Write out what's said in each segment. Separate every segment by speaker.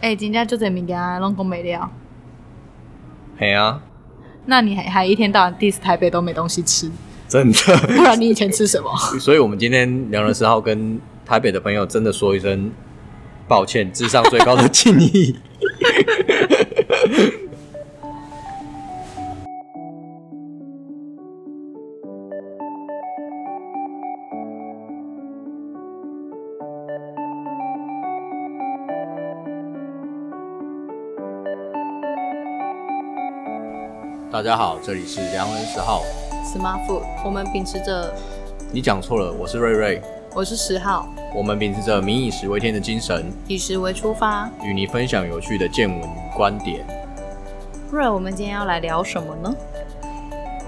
Speaker 1: 哎、真正就这物件拢讲没了，
Speaker 2: 嘿啊，
Speaker 1: 那你还还一天到晚 diss 台北都没东西吃，
Speaker 2: 真的。
Speaker 1: 不然你以前吃什么？
Speaker 2: 所以我们今天良人十号跟台北的朋友真的说一声抱歉，智商最高的敬意。大家好，这里是良人十号。
Speaker 1: smart food，我们秉持着
Speaker 2: 你讲错了，我是瑞瑞。
Speaker 1: 我是十号，
Speaker 2: 我们秉持着“民以食为天”的精神，
Speaker 1: 以食为出发。
Speaker 2: 与你分享有趣的见闻与观点。
Speaker 1: 不然我们今天要来聊什么呢？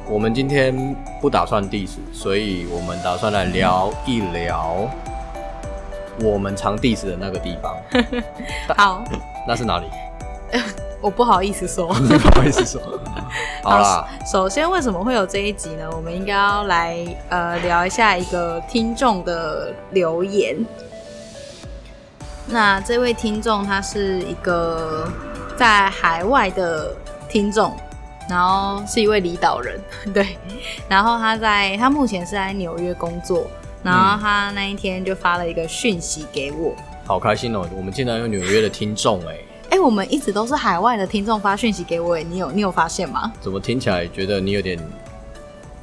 Speaker 2: 我们今天不打算 diss，所以我们打算来聊一聊我们常 diss 的那个地 方，
Speaker 1: 好，
Speaker 2: 那是哪里？
Speaker 1: 我不好意思说。
Speaker 2: 你不好意思说。 好啦，
Speaker 1: 首先，为什么会有这一集呢？我们应该要来呃聊一下一个听众的留言。那这位听众他是一个在海外的听众，然后是一位离岛人， 对。然后他在他目前是在纽约工作，然后他那一天就发了一个讯息给我。
Speaker 2: 好开心哦！我们竟然有纽约的听众哎，
Speaker 1: 哎、我们一直都是海外的听众发讯息给我，你有你有发现吗？
Speaker 2: 怎么听起来觉得你有点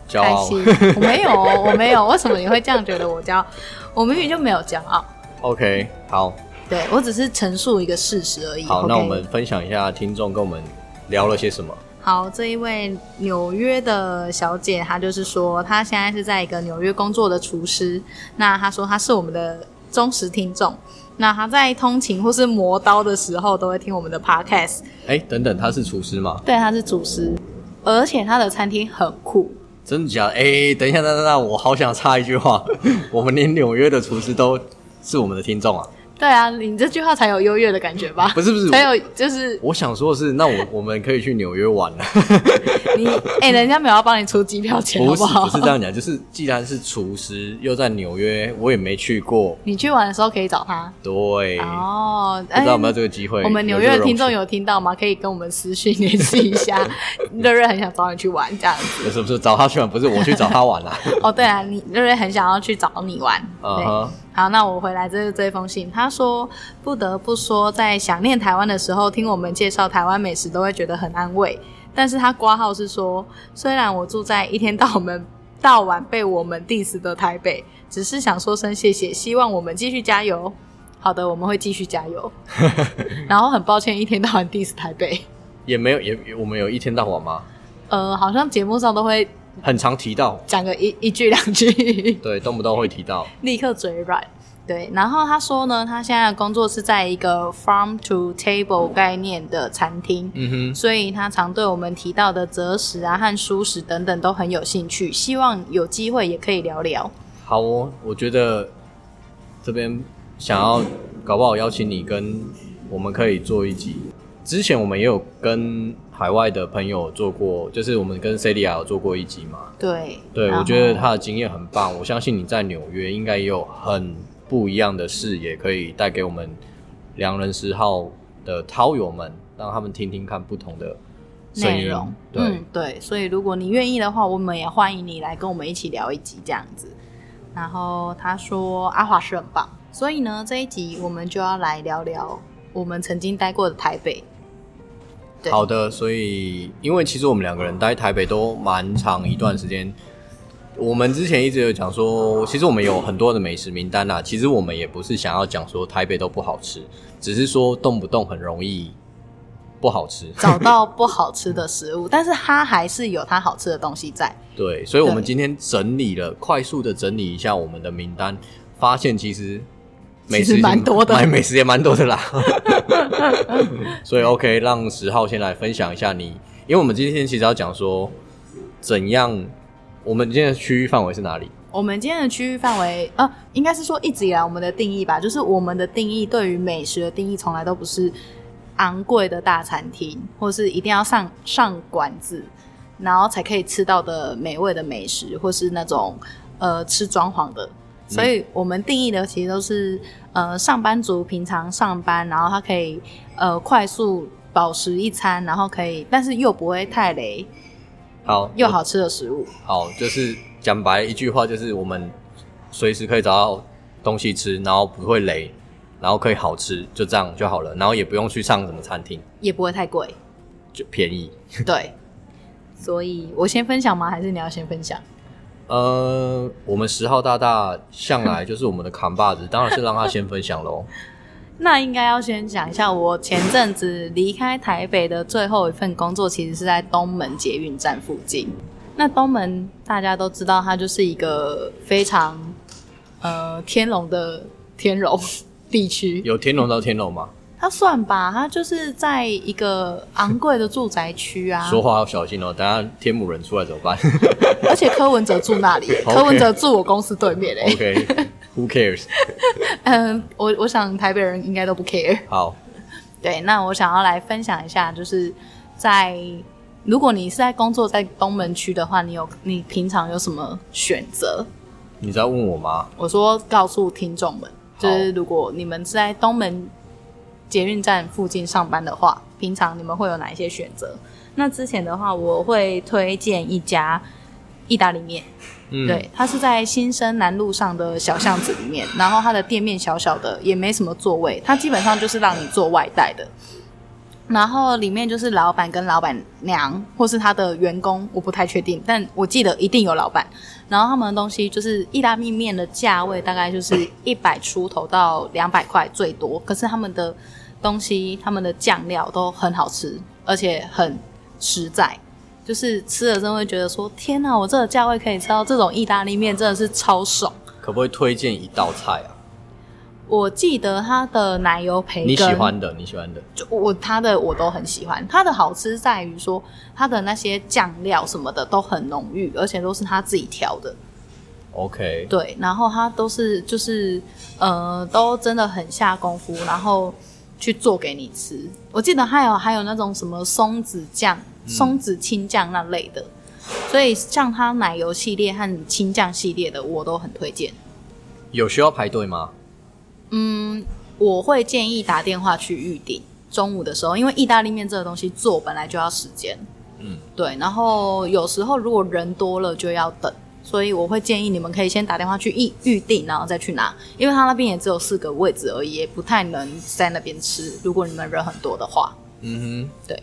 Speaker 2: 骄
Speaker 1: 开
Speaker 2: 傲？
Speaker 1: 心。我没有，我没有。为什么你会这样觉得我骄傲？我明明就没有骄傲，
Speaker 2: OK，好，
Speaker 1: 对我只是陈述一个事实而已。
Speaker 2: 好
Speaker 1: OK
Speaker 2: 那我们分享一下听众跟我们聊了些什么。
Speaker 1: 好，这一位纽约的小姐，她就是说，她现在是在一个纽约工作的厨师。那她说她是我们的忠实听众。那她在通勤或是磨刀的时候，都会听我们的 podcast。
Speaker 2: 哎、等等，他是厨师吗？
Speaker 1: 对，她是厨师，而且她的餐厅很酷。
Speaker 2: 真的假的？哎、等一下，等等，等，我好想插一句话，我们连纽约的厨师都是我们的听众啊！
Speaker 1: 对啊，你这句话才有优越的感觉吧？
Speaker 2: 不是不是，
Speaker 1: 才有就是
Speaker 2: 我想说的是，那我我们可以去纽约玩啊了。
Speaker 1: 你哎、人家没有要帮你出机票钱， 好
Speaker 2: 不是
Speaker 1: 好？
Speaker 2: 不是这样讲，就是既然是厨师，又在纽约，我也没去过，
Speaker 1: 你去玩的时候可以找他。
Speaker 2: 对，
Speaker 1: 哦，
Speaker 2: 不
Speaker 1: 哎
Speaker 2: 知道有没有这个机会？
Speaker 1: 我们纽
Speaker 2: 有这
Speaker 1: 约
Speaker 2: 个
Speaker 1: 的听众
Speaker 2: 荣幸
Speaker 1: 有听到吗？可以跟我们私讯联系一 下。瑞瑞很想找你去玩，这样子。
Speaker 2: 不是不是找他去玩，不是我去找 他玩啦、
Speaker 1: 哦，对啊，你瑞瑞很想要去找你玩。
Speaker 2: 啊。
Speaker 1: 对。
Speaker 2: 哈
Speaker 1: 好，那我回来这是这封信。他说，不得不说，在想念台湾的时候，听我们介绍台湾美食，都会觉得很安慰。但是他挂号是说，虽然我住在一天到晚到晚被我们 diss 的台北，只是想说声谢谢，希望我们继续加油。好的，我们会继续加油。然后很抱歉，一天到晚 diss 台北。
Speaker 2: 也没有也也我们有一天到晚吗？
Speaker 1: 呃，好像节目上都会
Speaker 2: 很常提到，
Speaker 1: 讲个一一句两句。
Speaker 2: 对，动不动会提到。
Speaker 1: 立刻嘴软。对，然后他说呢，他现在的工作是在一个 farm to table 概念的餐厅，
Speaker 2: 嗯
Speaker 1: 所以他常对我们提到的择食啊和蔬食等等都很有兴趣，希望有机会也可以聊聊。
Speaker 2: 哼，好哦，我觉得这边想要搞不好邀请你跟我们可以做一集。之前我们也有跟海外的朋友做过，就是我们跟 Celia 有做过一集嘛。
Speaker 1: 对，
Speaker 2: 对，
Speaker 1: 然后
Speaker 2: 我觉得他的经验很棒，我相信你在纽约应该也有很不一样的视野，可以带给我们良人十号的涛友们，让他们听听看不同的声
Speaker 1: 内
Speaker 2: 音
Speaker 1: 容，。
Speaker 2: 对，
Speaker 1: 嗯，对，所以如果你愿意的话，我们也欢迎你来跟我们一起聊一集这样子。然后他说阿华是很棒，所以呢这一集我们就要来聊聊我们曾经待过的台北。对
Speaker 2: 好的，所以因为其实我们两个人待台北都蛮长一段时间，我们之前一直有讲说，其实我们有很多的美食名单啦、其实我们也不是想要讲说台北都不好吃，只是说动不动很容易不好吃。
Speaker 1: 找到不好吃的食物，但是它还是有它好吃的东西在。
Speaker 2: 对，所以我们
Speaker 1: 对
Speaker 2: 今天整理了，快速的整理一下我们的名单，发现其实
Speaker 1: 其
Speaker 2: 美食
Speaker 1: 实蛮多的
Speaker 2: 买 美食也蛮多 的啦。所以 OK，让十号先来分享一下你，因为我们今天其实要讲说怎样，我们今天的区域范围是哪里？
Speaker 1: 我们今天的区域范围，呃，应该是说一直以来我们的定义吧，就是我们的定义对于美食的定义从来都不是昂贵的大餐厅，或是一定要上上馆子，然后才可以吃到的美味的美食，或是那种呃吃装潢的。所以我们定义的其实都是呃上班族平常上班，然后他可以呃快速饱食一餐，然后可以，但是又不会太累
Speaker 2: 好，
Speaker 1: 又好吃的食物。
Speaker 2: 好，就是讲白一句话，就是我们随时可以找到东西吃，然后不会雷，然后可以好吃，就这样就好了，然后也不用去上什么餐厅，
Speaker 1: 也不会太贵，
Speaker 2: 就便宜。
Speaker 1: 对。所以我先分享吗？还是你要先分享？
Speaker 2: 呃，我们十号大大向来就是我们的扛把子，当然是让他先分享 喽。
Speaker 1: 那应该要先讲一下，我前阵子离开台北的最后一份工作，其实是在东门捷运站附近。那东门大家都知道，它就是一个非常呃天龙的天龙 地区，
Speaker 2: 有天龙到天龙吗？
Speaker 1: 它算吧，它就是在一个昂贵的住宅区啊。
Speaker 2: 说话要小心哦，等下天母人出来怎 么办
Speaker 1: 而且柯文哲住那里， 柯文哲住我公司对面嘞、
Speaker 2: ？OK，Who、cares？
Speaker 1: 嗯，我我想台北人应该都不 care。
Speaker 2: 好，
Speaker 1: 对，那我想要来分享一下，就是在如果你是在工作在东门区的话，你有你平常有什么选择？
Speaker 2: 你在问我吗？
Speaker 1: 我说告诉听众们，
Speaker 2: 好
Speaker 1: 就是如果你们是在东门捷运站附近上班的话，平常你们会有哪一些选择？那之前的话，我会推荐一家意大利面，
Speaker 2: 嗯，
Speaker 1: 对，它是在新生南路上的小巷子里面，然后它的店面小小的，也没什么座位，它基本上就是让你做外带的。然后里面就是老板跟老板娘，或是他的员工，我不太确定，但我记得一定有老板。然后他们的东西就是意大利面的价位大概就是一百出头到两百块最多，可是他们的东西、他们的酱料都很好吃，而且很实在。就是吃了真的会觉得说，天哪，我这个价位可以吃到这种意大利面，真的是超爽。
Speaker 2: 可不可以推荐一道菜啊？
Speaker 1: 我记得它的奶油培根，
Speaker 2: 你喜欢的，你喜欢的，
Speaker 1: 就我它的我都很喜欢，它的好吃在于说它的那些酱料什么的都很浓郁，而且都是他自己调的，
Speaker 2: OK，
Speaker 1: 对，然后他都是就是呃都真的很下功夫，然后去做给你吃。我记得还有还有那种什么松子酱、松子青酱那类的，所以像它奶油系列和青酱系列的我都很推荐。
Speaker 2: 有需要排队吗？
Speaker 1: 嗯，我会建议打电话去预定中午的时候，因为意大利面这个东西做本来就要时间。
Speaker 2: 嗯，
Speaker 1: 对。然后有时候如果人多了就要等，所以我会建议你们可以先打电话去预预定，然后再去拿，因为他那边也只有四个位置而已，也不太能在那边吃。如果你们人很多的话，
Speaker 2: 嗯
Speaker 1: 对，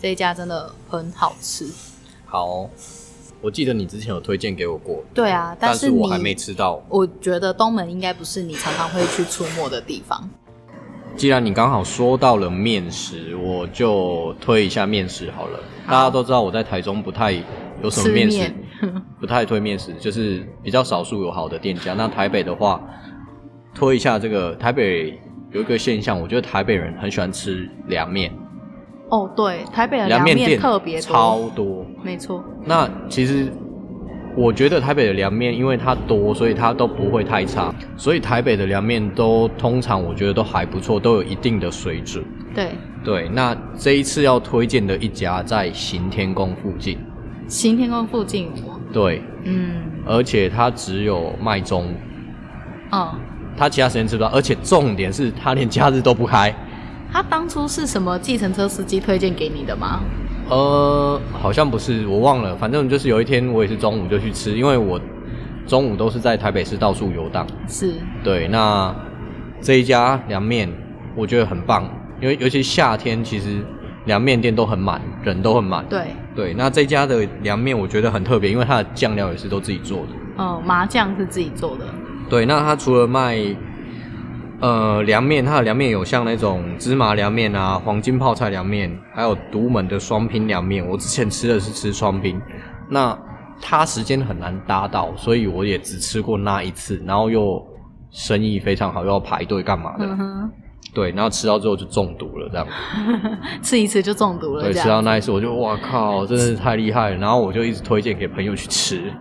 Speaker 1: 这一家真的很好吃。
Speaker 2: 哼，好，我记得你之前有推荐给我过，
Speaker 1: 对啊，
Speaker 2: 但
Speaker 1: 是你
Speaker 2: 我还没吃到。
Speaker 1: 我觉得东门应该不是你常常会去出没的地方。
Speaker 2: 既然你刚好说到了面食，我就推一下面食好了。大家都知道我在台中不太有什么面食，
Speaker 1: 吃面
Speaker 2: 不太推面食，就是比较少数有好的店家。那台北的话，推一下这个台北有一个现象，我觉得台北人很喜欢吃凉面，
Speaker 1: 哦，对，台北的凉
Speaker 2: 凉面
Speaker 1: 面
Speaker 2: 店
Speaker 1: 特别多，
Speaker 2: 超多。
Speaker 1: 没错，
Speaker 2: 那其实我觉得台北的凉面，因为它多，所以它都不会太差，所以台北的凉面都通常我觉得都还不错，都有一定的水准。
Speaker 1: 对，
Speaker 2: 对，那这一次要推荐的一家在行天宫附近，
Speaker 1: 行天宫附近，
Speaker 2: 对，
Speaker 1: 嗯
Speaker 2: 而且它只有卖中午，
Speaker 1: 嗯，
Speaker 2: 它其他时间吃不到，而且重点是它连假日都不开。
Speaker 1: 他当初是什么计程车司机推荐给你的吗？
Speaker 2: 呃，好像不是，我忘了，反正就是有一天我也是中午就去吃，因为我中午都是在台北市到处游荡。
Speaker 1: 是，
Speaker 2: 对，那这一家凉面我觉得很棒，因为尤其夏天，其实凉面店都很满，人都很满。
Speaker 1: 对，
Speaker 2: 对，那这家的凉面我觉得很特别，因为它的酱料也是都自己做的。
Speaker 1: 嗯，麻酱是自己做的，
Speaker 2: 对，那它除了卖呃凉面，它的凉面有像那种芝麻凉面啊、黄金泡菜凉面，还有独门的双拼凉面。我之前吃的是吃双拼，那它时间很难搭到，所以我也只吃过那一次，然后又生意非常好，又要排队干嘛的？
Speaker 1: 嗯哼，
Speaker 2: 对，然后吃到最后就中毒了，这样。
Speaker 1: 吃一次就中毒了，
Speaker 2: 对，
Speaker 1: 这
Speaker 2: 吃到
Speaker 1: 样。
Speaker 2: 那一次我就哇靠，真的是太厉害了，然后我就一直推荐给朋友去吃。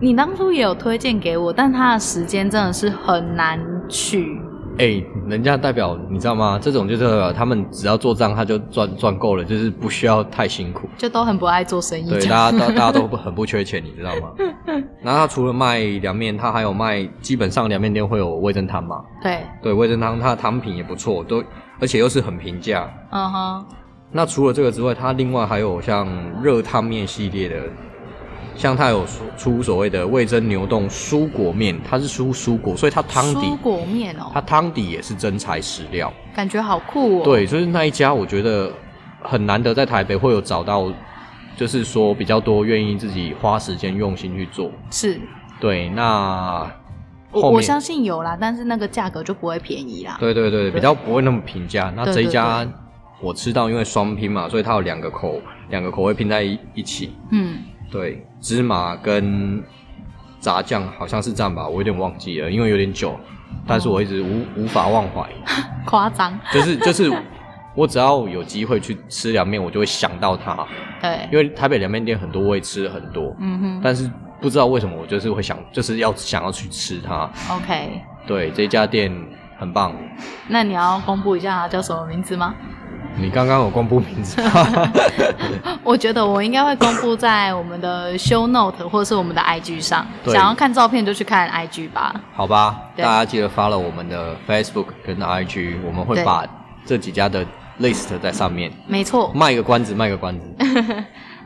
Speaker 1: 你当初也有推荐给我，但他的时间真的是很难取
Speaker 2: 哎、人家代表你知道吗？这种就是代表他们只要做账，他就赚赚够了，就是不需要太辛苦。
Speaker 1: 就都很不爱做生意
Speaker 2: 对，
Speaker 1: 这样。
Speaker 2: 大家大大家都不很不缺钱，你知道吗？然后他除了卖凉面，他还有卖，基本上凉面店会有味噌汤嘛。
Speaker 1: 对，
Speaker 2: 对，味噌汤它的汤品也不错，都而且又是很平价。
Speaker 1: 嗯哼，
Speaker 2: 那除了这个之外，它另外还有像热汤面系列的，像它有出出所谓的味噌牛冻蔬果面，它是蔬蔬果，所以它汤底
Speaker 1: 蔬果面哦
Speaker 2: 它，汤底也是真材实料。
Speaker 1: 感觉好酷哦。，
Speaker 2: 对，就是那一家，我觉得很难得在台北会有找到，就是说比较多愿意自己花时间用心去做。
Speaker 1: 是
Speaker 2: 对，那
Speaker 1: 我
Speaker 2: 后
Speaker 1: 我
Speaker 2: 面
Speaker 1: 相信有啦，但是那个价格就不会便宜啦。
Speaker 2: 对对对，比较不会那么平价。那
Speaker 1: 对
Speaker 2: 这一
Speaker 1: 对
Speaker 2: 家我吃到，因为双拼嘛，所以它有两个口两个口味拼在一一起，
Speaker 1: 嗯，
Speaker 2: 对，芝麻跟炸酱好像是这样吧，我有点忘记了，因为有点久，但是我一直无无法忘怀，
Speaker 1: 夸张。
Speaker 2: 就是 就是。我只要有机会去吃凉面，我就会想到它。
Speaker 1: 对，
Speaker 2: 因为台北凉面店很多，我也吃了很多，
Speaker 1: 嗯哼
Speaker 2: 但是不知道为什么我就是会想，就是要想要去吃它。
Speaker 1: ，OK。
Speaker 2: 对，这家店很棒。
Speaker 1: 那你要公布一下它叫什么名字吗？
Speaker 2: 你刚刚有公布名字，
Speaker 1: 我觉得我应该会公布在我们的 show note 或者是我们的 IG 上。
Speaker 2: 对
Speaker 1: 想要看照片就去看 IG 吧。
Speaker 2: 好吧？
Speaker 1: 对
Speaker 2: 大家记得发了我们的 Facebook 跟 IG，我们会
Speaker 1: 对
Speaker 2: 把这几家的 list 在上面。
Speaker 1: 没错。
Speaker 2: 卖个关子，卖个关子。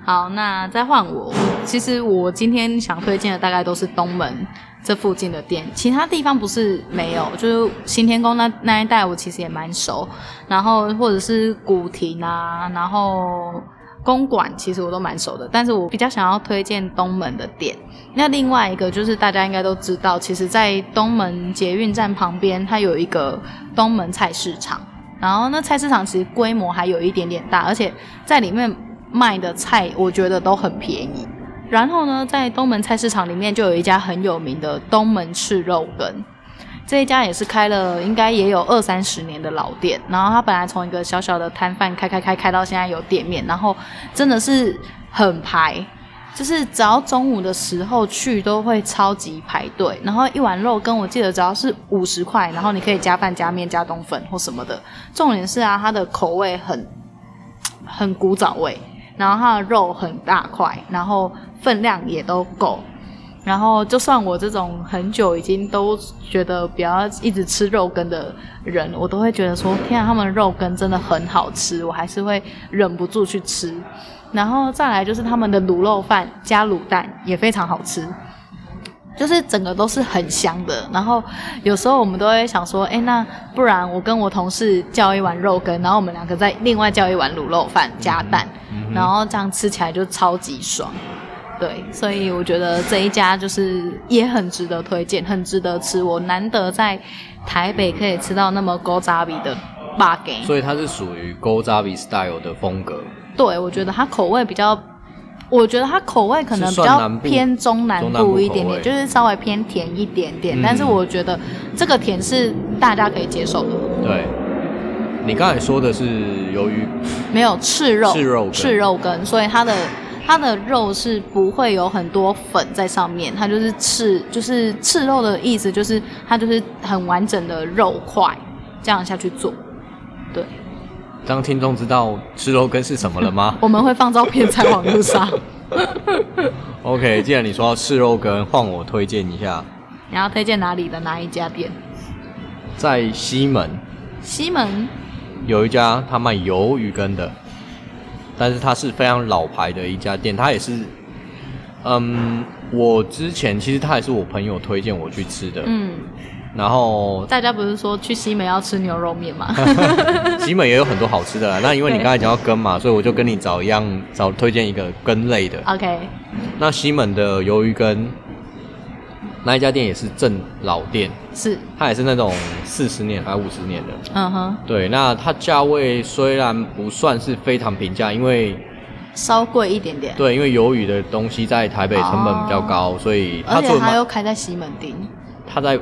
Speaker 1: 好，那再换我。其实我今天想推荐的大概都是东门这附近的店，其他地方不是没有，就是新天宫那那一带我其实也蛮熟，然后或者是古亭啊，然后公馆其实我都蛮熟的，但是我比较想要推荐东门的店。那另外一个就是大家应该都知道，其实，在东门捷运站旁边，它有一个东门菜市场。然后那菜市场其实规模还有一点点大，而且在里面卖的菜我觉得都很便宜。然后呢，在东门菜市场里面就有一家很有名的东门赤肉羹，这一家也是开了应该也有二三十年的老店。然后它本来从一个小小的摊贩开开开开到现在有店面，然后真的是很排。就是只要中午的时候去都会超级排队，然后一碗肉羹我记得只要是五十块，然后你可以加饭、加面、加冬粉或什么的。重点是啊，它的口味很很古早味，然后它的肉很大块，然后分量也都够。然后就算我这种很久已经都觉得不要一直吃肉羹的人，我都会觉得说，天啊，他们的肉羹真的很好吃，我还是会忍不住去吃。然后再来就是他们的卤肉饭加卤蛋也非常好吃。就是整个都是很香的。然后有时候我们都会想说，哎，那不然我跟我同事叫一碗肉羹，然后我们两个再另外叫一碗卤肉饭加蛋，然后这样吃起来就超级爽。对，所以我觉得这一家就是也很值得推荐，很值得吃。我难得在台北可以吃到那么高扎比的霸给，
Speaker 2: 所以它是属于 Go Zabi Style 的风格，
Speaker 1: 对我觉得它口味比较，我觉得它口味可能比
Speaker 2: 是算
Speaker 1: 较
Speaker 2: 南部
Speaker 1: 偏中南
Speaker 2: 中南部口
Speaker 1: 部
Speaker 2: 味
Speaker 1: 一点点，就是稍微偏甜一点点。
Speaker 2: 嗯
Speaker 1: 但是我觉得这个甜是大家可以接受的，
Speaker 2: 对。你刚才说的是由于
Speaker 1: 没有赤肉，
Speaker 2: 赤肉羹
Speaker 1: 赤肉羹，所以它的它的肉是不会有很多粉在上面，它就是赤，就是赤肉的意思，就是它就是很完整的肉块，这样下去做。对，
Speaker 2: 让听众知道吃肉羹是什么了吗
Speaker 1: 我们会放照片在网络 上。
Speaker 2: ？OK，既然你说到吃肉羹，换我推荐一下，
Speaker 1: 你要推荐哪里的哪一家店？
Speaker 2: 在西门
Speaker 1: 西门
Speaker 2: 有一家他卖鱿鱼羹的，但是它是非常老牌的一家店，它也是，嗯，我之前其实它也是我朋友推荐我去吃的，
Speaker 1: 嗯，
Speaker 2: 然后
Speaker 1: 大家不是说去西门要吃牛肉面 吗？
Speaker 2: 集美也有很多好吃的啦。那因为你刚才讲到羹嘛，所以我就跟你找一样，找推荐一个羹类的。
Speaker 1: OK，
Speaker 2: 那西门的鱿鱼羹，那一家店也是正老店，
Speaker 1: 是，
Speaker 2: 它也是那种四十年还五十年的。
Speaker 1: 嗯哼，
Speaker 2: 对，那它价位虽然不算是非常平价，因为
Speaker 1: 稍贵一点点，
Speaker 2: 对，因为鱿鱼的东西在台北成本比较高，所以它
Speaker 1: 哦而
Speaker 2: 做
Speaker 1: 且
Speaker 2: 的
Speaker 1: 它
Speaker 2: 蛮
Speaker 1: 又开在西门町，
Speaker 2: 它在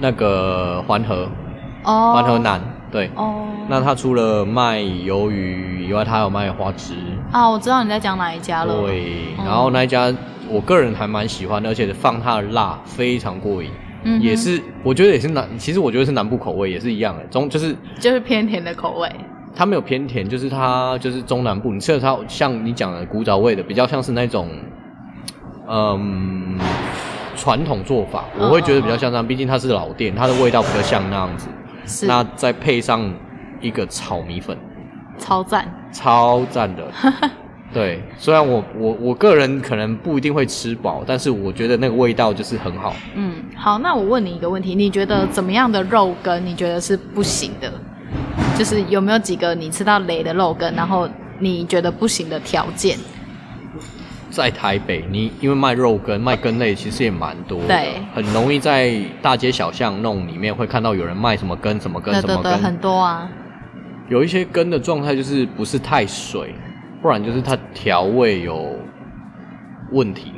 Speaker 2: 那个环河
Speaker 1: 哦，
Speaker 2: 环河南对。
Speaker 1: 哦，
Speaker 2: 那它除了卖鱿鱼以外，它还有卖花枝，
Speaker 1: 啊，我知道你在讲哪一家了，
Speaker 2: 对，
Speaker 1: 嗯
Speaker 2: 然后那一家我个人还蛮喜欢的，而且放它的辣非常过瘾。
Speaker 1: 嗯哼
Speaker 2: 也是我觉得也是南，其实我觉得是南部口味也是一样的，中就是
Speaker 1: 就是偏甜的口味。
Speaker 2: 它没有偏甜，就是它就是中南部，你吃的它像你讲的古早味的，比较像是那种，嗯，传统做法，
Speaker 1: 嗯
Speaker 2: 我会觉得比较像那样，毕竟它是老店，它的味道比较像那样子。
Speaker 1: 是，
Speaker 2: 那再配上一个炒米粉，
Speaker 1: 超赞。
Speaker 2: 超赞的。对，虽然我我我个人可能不一定会吃饱，但是我觉得那个味道就是很好。
Speaker 1: 嗯，好，那我问你一个问题，你觉得怎么样的肉羹你觉得是不行的？就是有没有几个你吃到雷的肉羹，然后你觉得不行的条件？
Speaker 2: 在台北，你因为卖肉羹、卖羹类，其实也蛮多的，
Speaker 1: 对
Speaker 2: 很容易在大街小巷弄里面会看到有人卖什么羹、什么羹、
Speaker 1: 对
Speaker 2: 什
Speaker 1: 对
Speaker 2: 么
Speaker 1: 对，
Speaker 2: 羹
Speaker 1: 很。多啊。
Speaker 2: 有一些羹的状态就是不是太水，不然就是它调味有问题，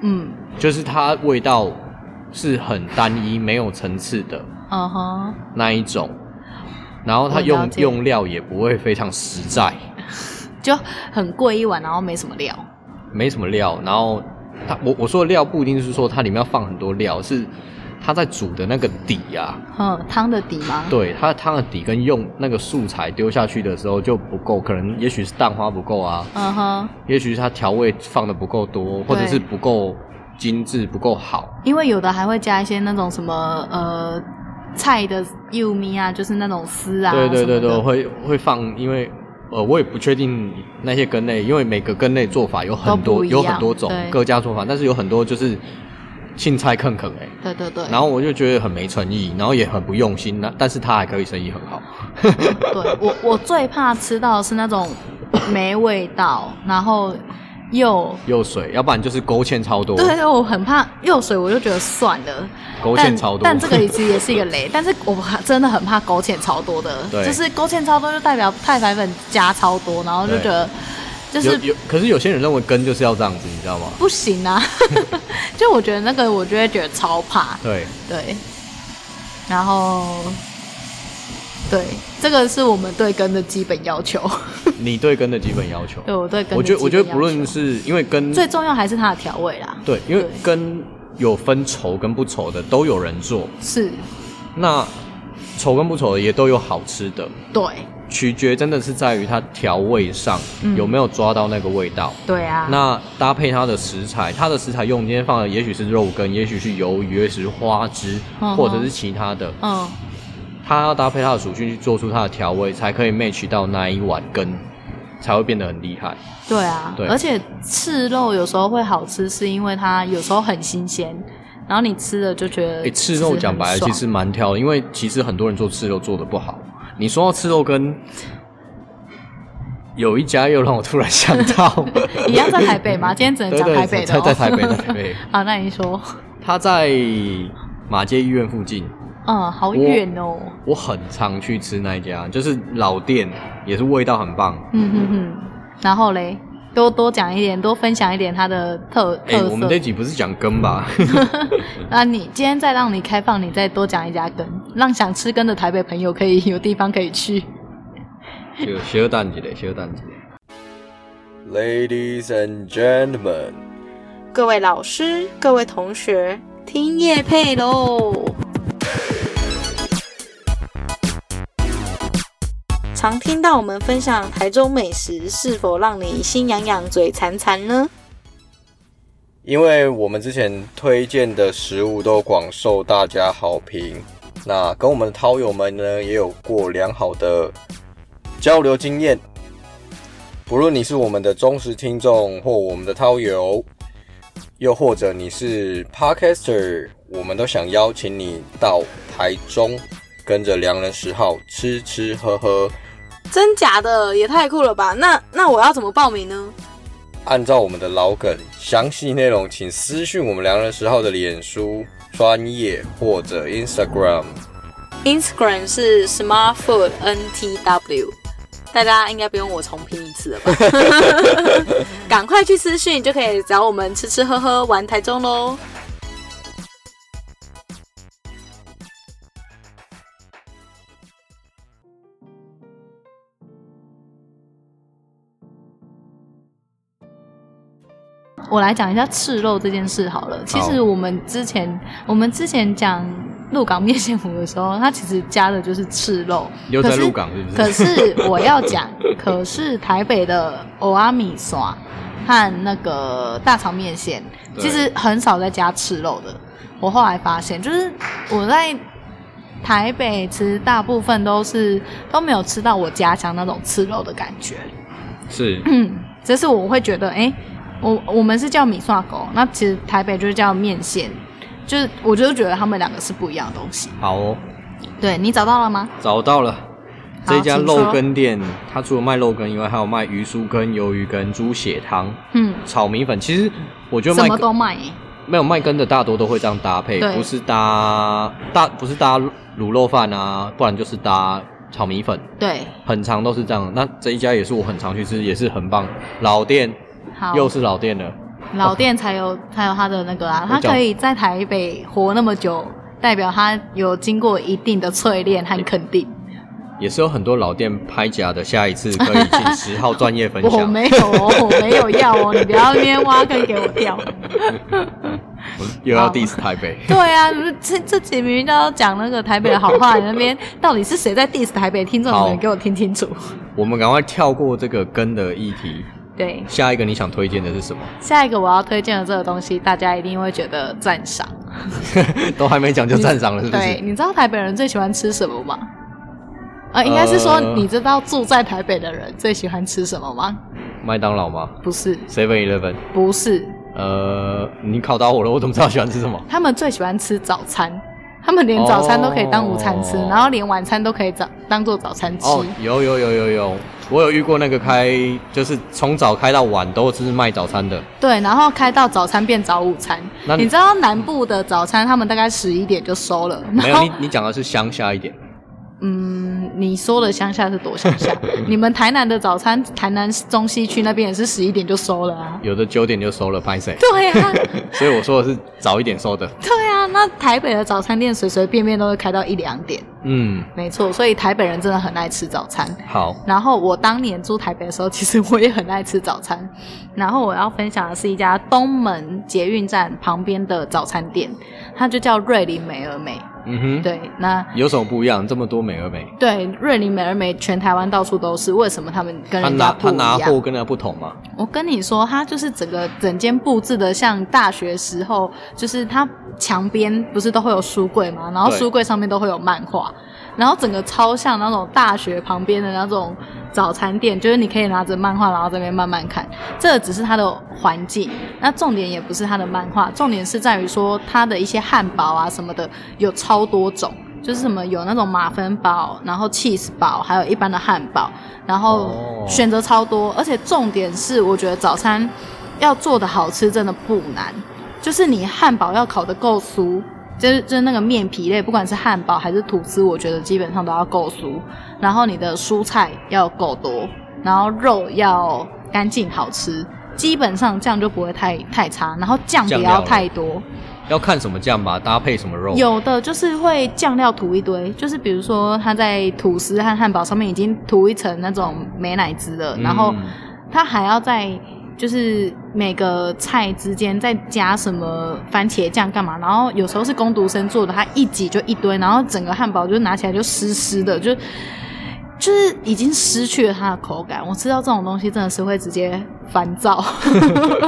Speaker 1: 嗯，
Speaker 2: 就是它味道是很单一、没有层次的
Speaker 1: 嗯哼，
Speaker 2: 那一种，然后它
Speaker 1: 我了
Speaker 2: 用
Speaker 1: 解
Speaker 2: 用料也不会非常实在，
Speaker 1: 就很贵一碗，然后没什么料。
Speaker 2: 没什么料，然后它我我说的料不一定是说它里面要放很多料，是它在煮的那个底啊，
Speaker 1: 嗯，汤的底吗？
Speaker 2: 对它的汤的底跟用那个素材丢下去的时候就不够，可能也许是蛋花不够啊，
Speaker 1: 嗯哼，
Speaker 2: 也许是它调味放的不够多，或者
Speaker 1: 对
Speaker 2: 是不够精致、不够好。
Speaker 1: 因为有的还会加一些那种什么呃菜的幼咪啊，就是那种丝啊，
Speaker 2: 对对对对，
Speaker 1: 什么的
Speaker 2: 我会会放，因为呃，我也不确定那些根类，因为每个根类做法有很
Speaker 1: 都不
Speaker 2: 多，
Speaker 1: 一样
Speaker 2: 有很多种
Speaker 1: 对
Speaker 2: 各家做法，但是有很多就是青菜啃啃哎、
Speaker 1: 对
Speaker 2: 欸
Speaker 1: 对对。
Speaker 2: 然后我就觉得很没诚意，然后也很不用心，那但是它还可以生意很好。
Speaker 1: 对我我最怕吃到的是那种没味道，然后又
Speaker 2: 又水，要不然就是勾芡超多，
Speaker 1: 对，我很怕又水，我就觉得算了。
Speaker 2: 勾芡超多
Speaker 1: 但但 这个其实也是一个雷， 但是我还真的很怕勾芡超多的，
Speaker 2: 对
Speaker 1: 就是勾芡超多就代表太白粉加超多，然后就
Speaker 2: 对
Speaker 1: 觉得就是
Speaker 2: 有有，可是有些人认为根就是要这样子，你知道吗？
Speaker 1: 不行啊。 就我觉得那个，我就会觉得超怕。
Speaker 2: 对，
Speaker 1: 对，然后对，这个是我们对根的基本要求。
Speaker 2: 你对根的基本要求，
Speaker 1: 对我对根的
Speaker 2: 我觉得我
Speaker 1: 基
Speaker 2: 觉
Speaker 1: 本
Speaker 2: 得
Speaker 1: 要
Speaker 2: 不论
Speaker 1: 求
Speaker 2: 是因为根
Speaker 1: 最重要还是它的调味啦，
Speaker 2: 对，因为
Speaker 1: 对
Speaker 2: 根有分稠跟不稠的，都有人做。
Speaker 1: 是
Speaker 2: 那稠跟不稠的也都有好吃的，
Speaker 1: 对
Speaker 2: 取决真的是在于它调味上、
Speaker 1: 嗯
Speaker 2: 有没有抓到那个味道。
Speaker 1: 对啊，
Speaker 2: 那搭配它的食材，它的食材用今天放的也许是肉羹，也许是鱿鱼，也许是花枝，
Speaker 1: 嗯哼
Speaker 2: 或者是其他的，
Speaker 1: 嗯
Speaker 2: 它要搭配它的属性去做出它的调味，才可以 match 到那一碗羹，才会变得很厉害。
Speaker 1: 对啊
Speaker 2: 对
Speaker 1: 而且赤肉有时候会好吃，是因为它有时候很新鲜，然后你吃了就觉得、
Speaker 2: 诶，吃肉讲白了其实蛮挑的，因为其实很多人做吃肉做的不好。你说到吃肉羹，有一家又让我突然想到，
Speaker 1: 一样 在台北吗？今天只能
Speaker 2: 对
Speaker 1: 讲台 北
Speaker 2: 对，
Speaker 1: 的、
Speaker 2: 在
Speaker 1: 哦
Speaker 2: 在台北，在台北，
Speaker 1: 好，那你说，
Speaker 2: 他在马街医院附近，
Speaker 1: 嗯，好远哦，
Speaker 2: 我很常去吃那一家，就是老店，也是味道很棒。
Speaker 1: 嗯哼哼，然后嘞，多多讲一点，多分享一点它的特
Speaker 2: 哎、
Speaker 1: 特
Speaker 2: 我们这
Speaker 1: 色。
Speaker 2: 集不是讲 羹吧？
Speaker 1: 那你今天再让你开放，你再多讲一家羹，让想吃羹的台北朋友可以有地方可以去。
Speaker 2: 就小蛋一嘞，小蛋一嘞。
Speaker 3: Ladies and gentlemen，
Speaker 4: 各位老师、各位同学，听夜配喽！常听到我们分享台中美食，是否让你心痒痒、嘴馋馋呢？
Speaker 3: 因为我们之前推荐的食物都广受大家好评，那跟我们的涛友们呢也有过良好的交流经验。不论你是我们的忠实听众或我们的涛友，又或者你是 Podcaster，我们都想邀请你到台中，跟着良人十号吃吃喝喝，
Speaker 4: 真假的也太酷了吧！那那我要怎么报名呢？
Speaker 3: 按照我们的老梗，详细内容请私讯我们良人十号的脸书专业或者 Instagram。
Speaker 4: Instagram 是 Smart Food NTW，大家应该不用我重拼一次了吧？ 赶快去私讯就可以找我们吃吃喝喝玩台中喽！
Speaker 1: 我来讲一下赤肉这件事好了。其实我们之前我们之前讲鹿港面线糊的时候，它其实加的就是赤肉，
Speaker 2: 留
Speaker 1: 可
Speaker 2: 在
Speaker 1: 是
Speaker 2: 鹿港是不是？
Speaker 1: 可是我要讲，可是台北的欧阿米刷和那个大肠面线，
Speaker 2: 对
Speaker 1: 其实很少在家吃肉的。我后来发现，就是我在台北其实大部分都是都没有吃到我家乡那种吃肉的感觉。
Speaker 2: 是
Speaker 1: 嗯，只是我会觉得，哎、我我们是叫米刷狗，那其实台北就是叫面线，就是我就觉得他们两个是不一样的东西。
Speaker 2: 好哦，
Speaker 1: 对你找到了吗？
Speaker 2: 找到了。
Speaker 1: 好
Speaker 2: 这家
Speaker 1: 请说
Speaker 2: 肉羹店，它除了卖肉羹以外，还有卖鱼酥羹、鱿鱼羹、猪血汤、
Speaker 1: 嗯，
Speaker 2: 炒米粉。其实我觉得
Speaker 1: 什
Speaker 2: 卖
Speaker 1: 么
Speaker 2: 羹
Speaker 1: 都卖、欸。
Speaker 2: 没有麦根的大多都会这样搭配，
Speaker 1: 对
Speaker 2: 不是搭大不是搭卤肉饭啊，不然就是搭炒米粉，
Speaker 1: 对，
Speaker 2: 很常都是这样。那这一家也是我很常去吃，也是很棒，老店
Speaker 1: 好，
Speaker 2: 又是老店了，
Speaker 1: 老店才 有才有他的那个啊，他可以在台北活那么久，代表他有经过一定的淬炼和肯定。
Speaker 2: 也是有很多老店拍假的。下一次可以请十号专业分
Speaker 1: 我
Speaker 2: 享，
Speaker 1: 没有 哦，我没有要哦，你不要那边挖坑给我跳。
Speaker 2: 又要
Speaker 1: 好
Speaker 2: diss 台北。
Speaker 1: 对啊，这这几明明都要讲那个台北的好话，你那边到底是谁在 diss 台北听众？
Speaker 2: 好
Speaker 1: 你们给我听清楚。
Speaker 2: 我们赶快跳过这个根的议题，
Speaker 1: 对，
Speaker 2: 下一个你想推荐的是什么？
Speaker 1: 下一个我要推荐的这个东西，大家一定会觉得赞赏。
Speaker 2: 都还没讲就赞赏了，是不
Speaker 1: 对，
Speaker 2: 是？
Speaker 1: 你知道台北人最喜欢吃什么吗？呃，应该是说
Speaker 2: 呃
Speaker 1: 你知道住在台北的人最喜欢吃什么吗？
Speaker 2: 麦当劳吗
Speaker 1: 不是，
Speaker 2: ？Seven Eleven。
Speaker 1: 不是，
Speaker 2: 呃，你考倒我了，我怎么知道喜欢吃什么？
Speaker 1: 他们最喜欢吃早餐，他们连早餐都可以当午餐吃，
Speaker 2: 哦
Speaker 1: 然后连晚餐都可以早当做早餐吃。
Speaker 2: 哦，有有有有有，我有遇过那个开，就是从早开到晚都是卖早餐的，
Speaker 1: 对，然后开到早餐变早午餐。
Speaker 2: 那
Speaker 1: 你知道南部的早餐，他们大概十一点就收了。
Speaker 2: 没
Speaker 1: 然
Speaker 2: 有
Speaker 1: 后
Speaker 2: 你，你讲的是乡下一点，
Speaker 1: 嗯，你说的乡下是多乡 下？你们台南的早餐，台南中西区那边也是十一点就收了啊。
Speaker 2: 有的九点就收了，拍谁？
Speaker 1: 对 啊，
Speaker 2: 所以我说的是早一点收的。
Speaker 1: 对啊，那台北的早餐店随随便便都会开到一两点，
Speaker 2: 嗯，
Speaker 1: 没错，所以台北人真的很爱吃早餐。
Speaker 2: 好，
Speaker 1: 然后我当年住台北的时候，其实我也很爱吃早餐。然后我要分享的是一家东门捷运站旁边的早餐店，它就叫瑞林美而美。
Speaker 2: 嗯哼，
Speaker 1: 对，那
Speaker 2: 有什么不一样？这么多美而美，
Speaker 1: 对瑞林美而美，全台湾到处都是，为什么他们跟
Speaker 2: 他
Speaker 1: 人
Speaker 2: 拿
Speaker 1: 家嗯不
Speaker 2: 他
Speaker 1: 一
Speaker 2: 拿货
Speaker 1: 样？
Speaker 2: 跟人家不同嘛？
Speaker 1: 我跟你说，它就是整个整间布置的像大学时候，就是它墙边不是都会有书柜嘛，然后
Speaker 2: 对
Speaker 1: 书柜上面都会有漫画，然后整个超像那种大学旁边的那种早餐店，就是你可以拿着漫画，然后这边慢慢看。这只是它的环境，那重点也不是它的漫画，重点是在于说它的一些汉堡啊什么的有超多种。就是什么有那种马芬堡，然后 cheese 堡，还有一般的汉堡，然后
Speaker 2: 哦
Speaker 1: 选择超多，而且重点是，我觉得早餐要做的好吃真的不难，就是你汉堡要烤得够酥，就是就是那个面皮类，不管是汉堡还是吐司，我觉得基本上都要够酥。然后你的蔬菜要够多，然后肉要干净好吃，基本上这样就不会太太差。然后酱不
Speaker 2: 酱料
Speaker 1: 要太多，
Speaker 2: 要看什么酱吧，搭配什么肉。
Speaker 1: 有的就是会酱料涂一堆，就是比如说它在吐司和汉堡上面已经涂一层那种美乃滋了，
Speaker 2: 嗯，
Speaker 1: 然后它还要在就是每个菜之间再加什么番茄酱干嘛，然后有时候是工读生做的，它一挤就一堆，然后整个汉堡就拿起来就湿湿的，就就是已经失去了它的口感。我吃到这种东西真的是会直接烦躁，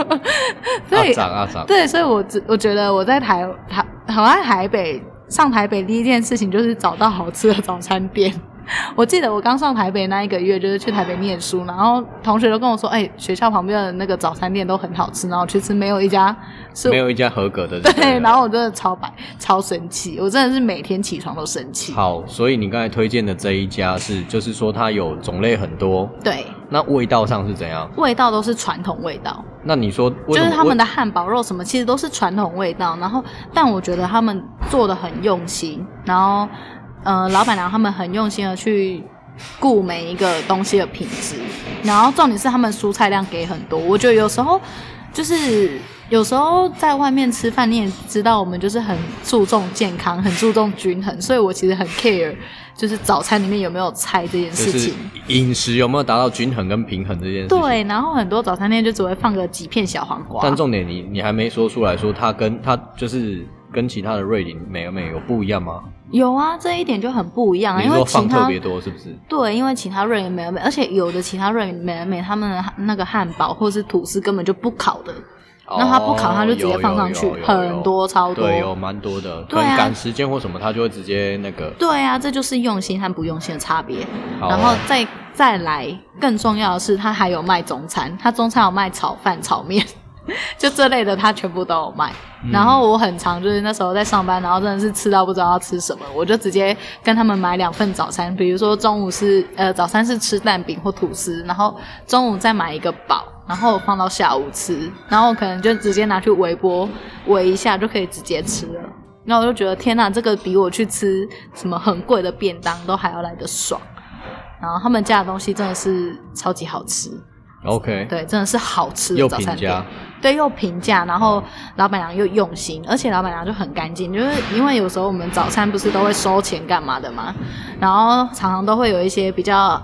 Speaker 1: 所
Speaker 2: 阿
Speaker 1: 以
Speaker 2: 长阿长，
Speaker 1: 对，所以我只我觉得我在台台好像台北上台北第一件事情就是找到好吃的早餐店。 我记得我刚上台北那一个月，就是去台北念书，然后同学都跟我说，哎、学校旁边的那个早餐店都很好吃，然后其实没有一家是
Speaker 2: 没。有一家合格的。
Speaker 1: 对，然后我真的超白超生气，我真的是每天起床都生气。
Speaker 2: 好，所以你刚才推荐的这一家是，就是说它有种类很多，
Speaker 1: 对，
Speaker 2: 那味道上是怎样？
Speaker 1: 味道都是传统味道，
Speaker 2: 那你说为
Speaker 1: 就
Speaker 2: 什
Speaker 1: 是
Speaker 2: 么
Speaker 1: 他们
Speaker 2: 为
Speaker 1: 的汉堡肉什么，其实都是传统味道。然后，但我觉得他们做的很用心，然后，呃，老板娘他们很用心的去顾每一个东西的品质。然后重点是他们蔬菜量给很多，我觉得有时候就是有时候在外面吃饭，你也知道我们就是很注重健康，很注重均衡，所以我其实很 care，就是早餐里面有没有菜这件
Speaker 2: 就
Speaker 1: 事
Speaker 2: 是
Speaker 1: 情。
Speaker 2: 饮食有没有达到均衡跟平衡这件事情。
Speaker 1: 对，然后很多早餐店就只会放个几片小黄瓜
Speaker 2: 但，重点你你还没说出来说它跟它就是跟其他的瑞典美而美有不一样吗？
Speaker 1: 有啊，这一点就很不一样啊，
Speaker 2: 你
Speaker 1: 因
Speaker 2: 说
Speaker 1: 为其
Speaker 2: 放特
Speaker 1: 他
Speaker 2: 别多是不是？
Speaker 1: 对，因为其他瑞典美而美，而且有的其他瑞典美而美，他们的那个汉堡或是吐司根本就不烤的，那它不烤它就直接放上去
Speaker 2: 哦有有有有有
Speaker 1: 很多超多
Speaker 2: 对，有蛮多的，可
Speaker 1: 对啊
Speaker 2: 能赶时间或什么，它就会直接那个。
Speaker 1: 对啊，这就是用心和不用心的差别。
Speaker 2: 好
Speaker 1: 然后
Speaker 2: 哦
Speaker 1: 再再来，更重要的是，它还有卖中餐，它中餐有卖炒饭、炒面， 就这类的，它全部都有卖。然后我很常就是那时候在上班，然后真的是吃到不知道要吃什么，我就直接跟他们买两份早餐，比如说中午是呃早餐是吃蛋饼或吐司，然后中午再买一个堡，然后放到下午吃，然后可能就直接拿去微波微一下就可以直接吃了。然后我就觉得天哪，这个比我去吃什么很贵的便当都还要来得爽。然后他们家的东西真的是超级好吃，
Speaker 2: OK，
Speaker 1: 对，真的是好吃的
Speaker 2: 又
Speaker 1: 早
Speaker 2: 平
Speaker 1: 餐店
Speaker 2: 价，，哦
Speaker 1: 对，又平价，然后老板娘又用心，而且老板娘就很干净，就是因为有时候我们早餐不是都会收钱干嘛的嘛，然后常常都会有一些比较